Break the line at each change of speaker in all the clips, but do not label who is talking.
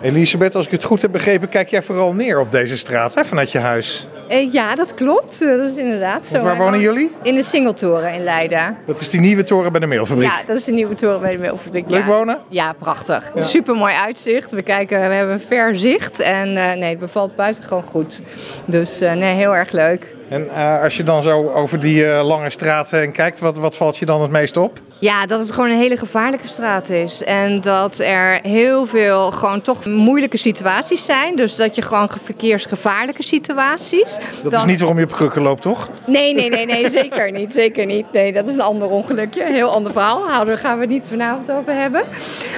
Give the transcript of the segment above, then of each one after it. Elisabeth, als ik het goed heb begrepen, kijk jij vooral neer op deze straat hè, vanuit je huis.
Eh, ja, dat klopt. Eh, Dat is inderdaad zo.
Want waar
Maar
wonen
dan
jullie?
In de Singeltoren in Leiden.
Dat is die nieuwe toren bij de meelfabriek.
Ja, dat is de nieuwe toren bij de Meelfabriek.
Leuk
ja.
wonen?
Ja, prachtig. Super mooi uitzicht. We, kijken, we hebben ver zicht. En eh, nee, het bevalt buitengewoon goed. Dus eh, nee, heel erg leuk.
En eh, als je dan zo over die eh, lange straat heen kijkt, wat, wat valt je dan het meest op?
Ja, dat het gewoon een hele gevaarlijke straat is. En dat er heel veel gewoon toch moeilijke situaties zijn. Dus dat je gewoon ge- verkeersgevaarlijke situaties.
Dat is niet waarom je op krukken loopt, toch?
Nee, nee, nee, nee, zeker niet. Zeker niet. Nee, dat is een ander ongelukje. Een heel ander verhaal. Houden daar gaan we het niet vanavond over hebben.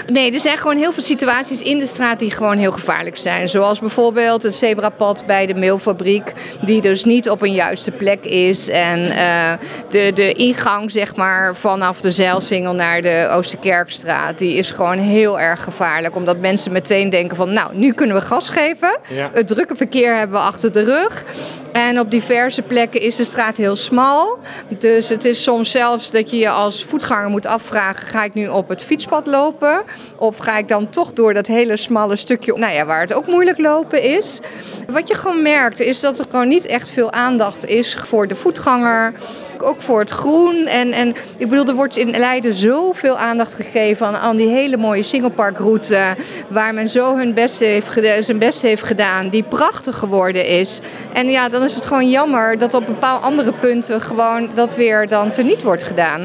Nee, er zijn gewoon heel veel situaties in de straat die gewoon heel gevaarlijk zijn. Zoals bijvoorbeeld het zebrapad bij de meelfabriek, die dus niet op een juiste plek is. En eh, de, de ingang, zeg maar, vanaf de Zeilsingel naar de Oosterkerkstraat, die is gewoon heel erg gevaarlijk. Omdat mensen meteen denken van, nou, nu kunnen we gas geven.
Ja.
Het drukke verkeer hebben we achter de rug. En op diverse plekken is de straat heel smal. Dus het is soms zelfs dat je je als voetganger moet afvragen: ga ik nu op het fietspad lopen? Of ga ik dan toch door dat hele smalle stukje nou ja, waar het ook moeilijk lopen is? Wat je gewoon merkt is dat er gewoon niet echt veel aandacht is voor de voetganger. Ook voor het groen. En, en ik bedoel, er wordt in Leiden zoveel aandacht gegeven aan, aan die hele mooie singelparkroute. Waar men zo hun best heeft, gede- zijn best heeft gedaan. Die prachtig geworden is. En ja, dan is het gewoon jammer dat op bepaalde andere punten gewoon dat weer dan teniet wordt gedaan.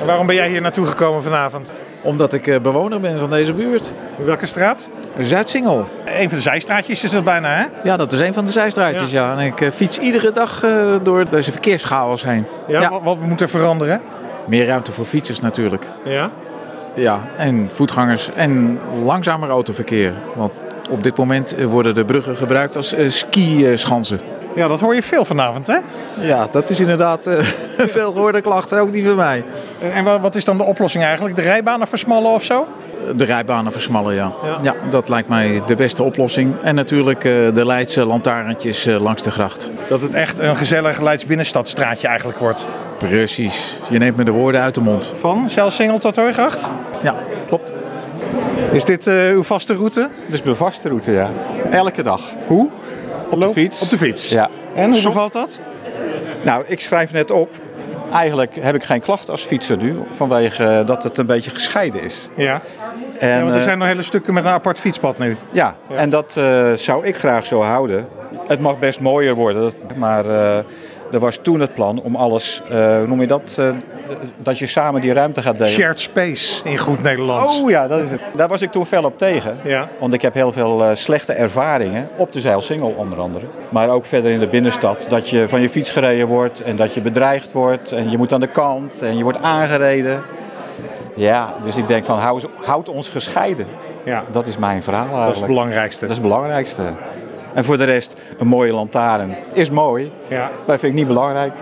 En waarom ben jij hier naartoe gekomen vanavond?
Omdat ik eh, bewoner ben van deze buurt.
Welke straat?
Zuidsingel.
Een van de zijstraatjes is dat bijna, hè?
Ja, dat is een van de zijstraatjes, ja. En ik eh, fiets iedere dag eh, door deze verkeerschaos heen.
Ja.
Ja.
Wat, wat moet er veranderen?
Meer ruimte voor fietsers natuurlijk.
Ja.
Ja, en voetgangers en langzamer autoverkeer. Want op dit moment eh, worden de bruggen gebruikt als eh, ski-schansen.
Ja, dat hoor je veel vanavond, hè?
Ja, dat is inderdaad eh, een veel gehoorde klacht, ook die van mij.
En en wa- wat is dan de oplossing eigenlijk? De rijbanen versmallen of zo?
De rijbanen versmallen, ja.
Ja.
ja. dat lijkt mij de beste oplossing. En natuurlijk eh, de Leidse lantaarntjes eh, langs de gracht.
Dat het echt een gezellig Leids binnenstadstraatje eigenlijk wordt.
Precies. Je neemt me de woorden uit de mond.
Van Zijlsingel tot Hooigracht?
Ja, klopt.
Is dit eh, uw vaste route?
Dit is Dus mijn vaste route, ja. Elke dag.
Hoe?
Op de fiets.
Op de fiets?
Ja.
En hoe
Som-
bevalt dat?
Nou, ik schrijf net op. Eigenlijk heb ik geen klacht als fietser nu, vanwege eh, dat het een beetje gescheiden is.
Ja.
En,
ja, want er
eh,
zijn nog hele stukken met een apart fietspad nu.
ja. en dat eh, zou ik graag zo houden. Het mag best mooier worden, dat- maar eh, er was toen het plan om alles, eh, hoe noem je dat, eh, dat je samen die ruimte gaat delen.
Shared space in goed Nederlands.
Oh ja, dat is het. Daar was ik toen fel op tegen.
Ja.
Want ik heb heel veel eh, slechte ervaringen op de Zeilsingel onder andere. Maar ook verder in de binnenstad. Dat je van je fiets gereden wordt en dat je bedreigd wordt. En je moet aan de kant en je wordt aangereden. Ja, dus ik denk van hou, eens- houd ons gescheiden.
ja.
Dat is mijn verhaal eigenlijk.
Dat is het belangrijkste.
Dat is het belangrijkste. En voor de rest, een mooie lantaarn is mooi.
Ja.
Maar vind ik niet belangrijk.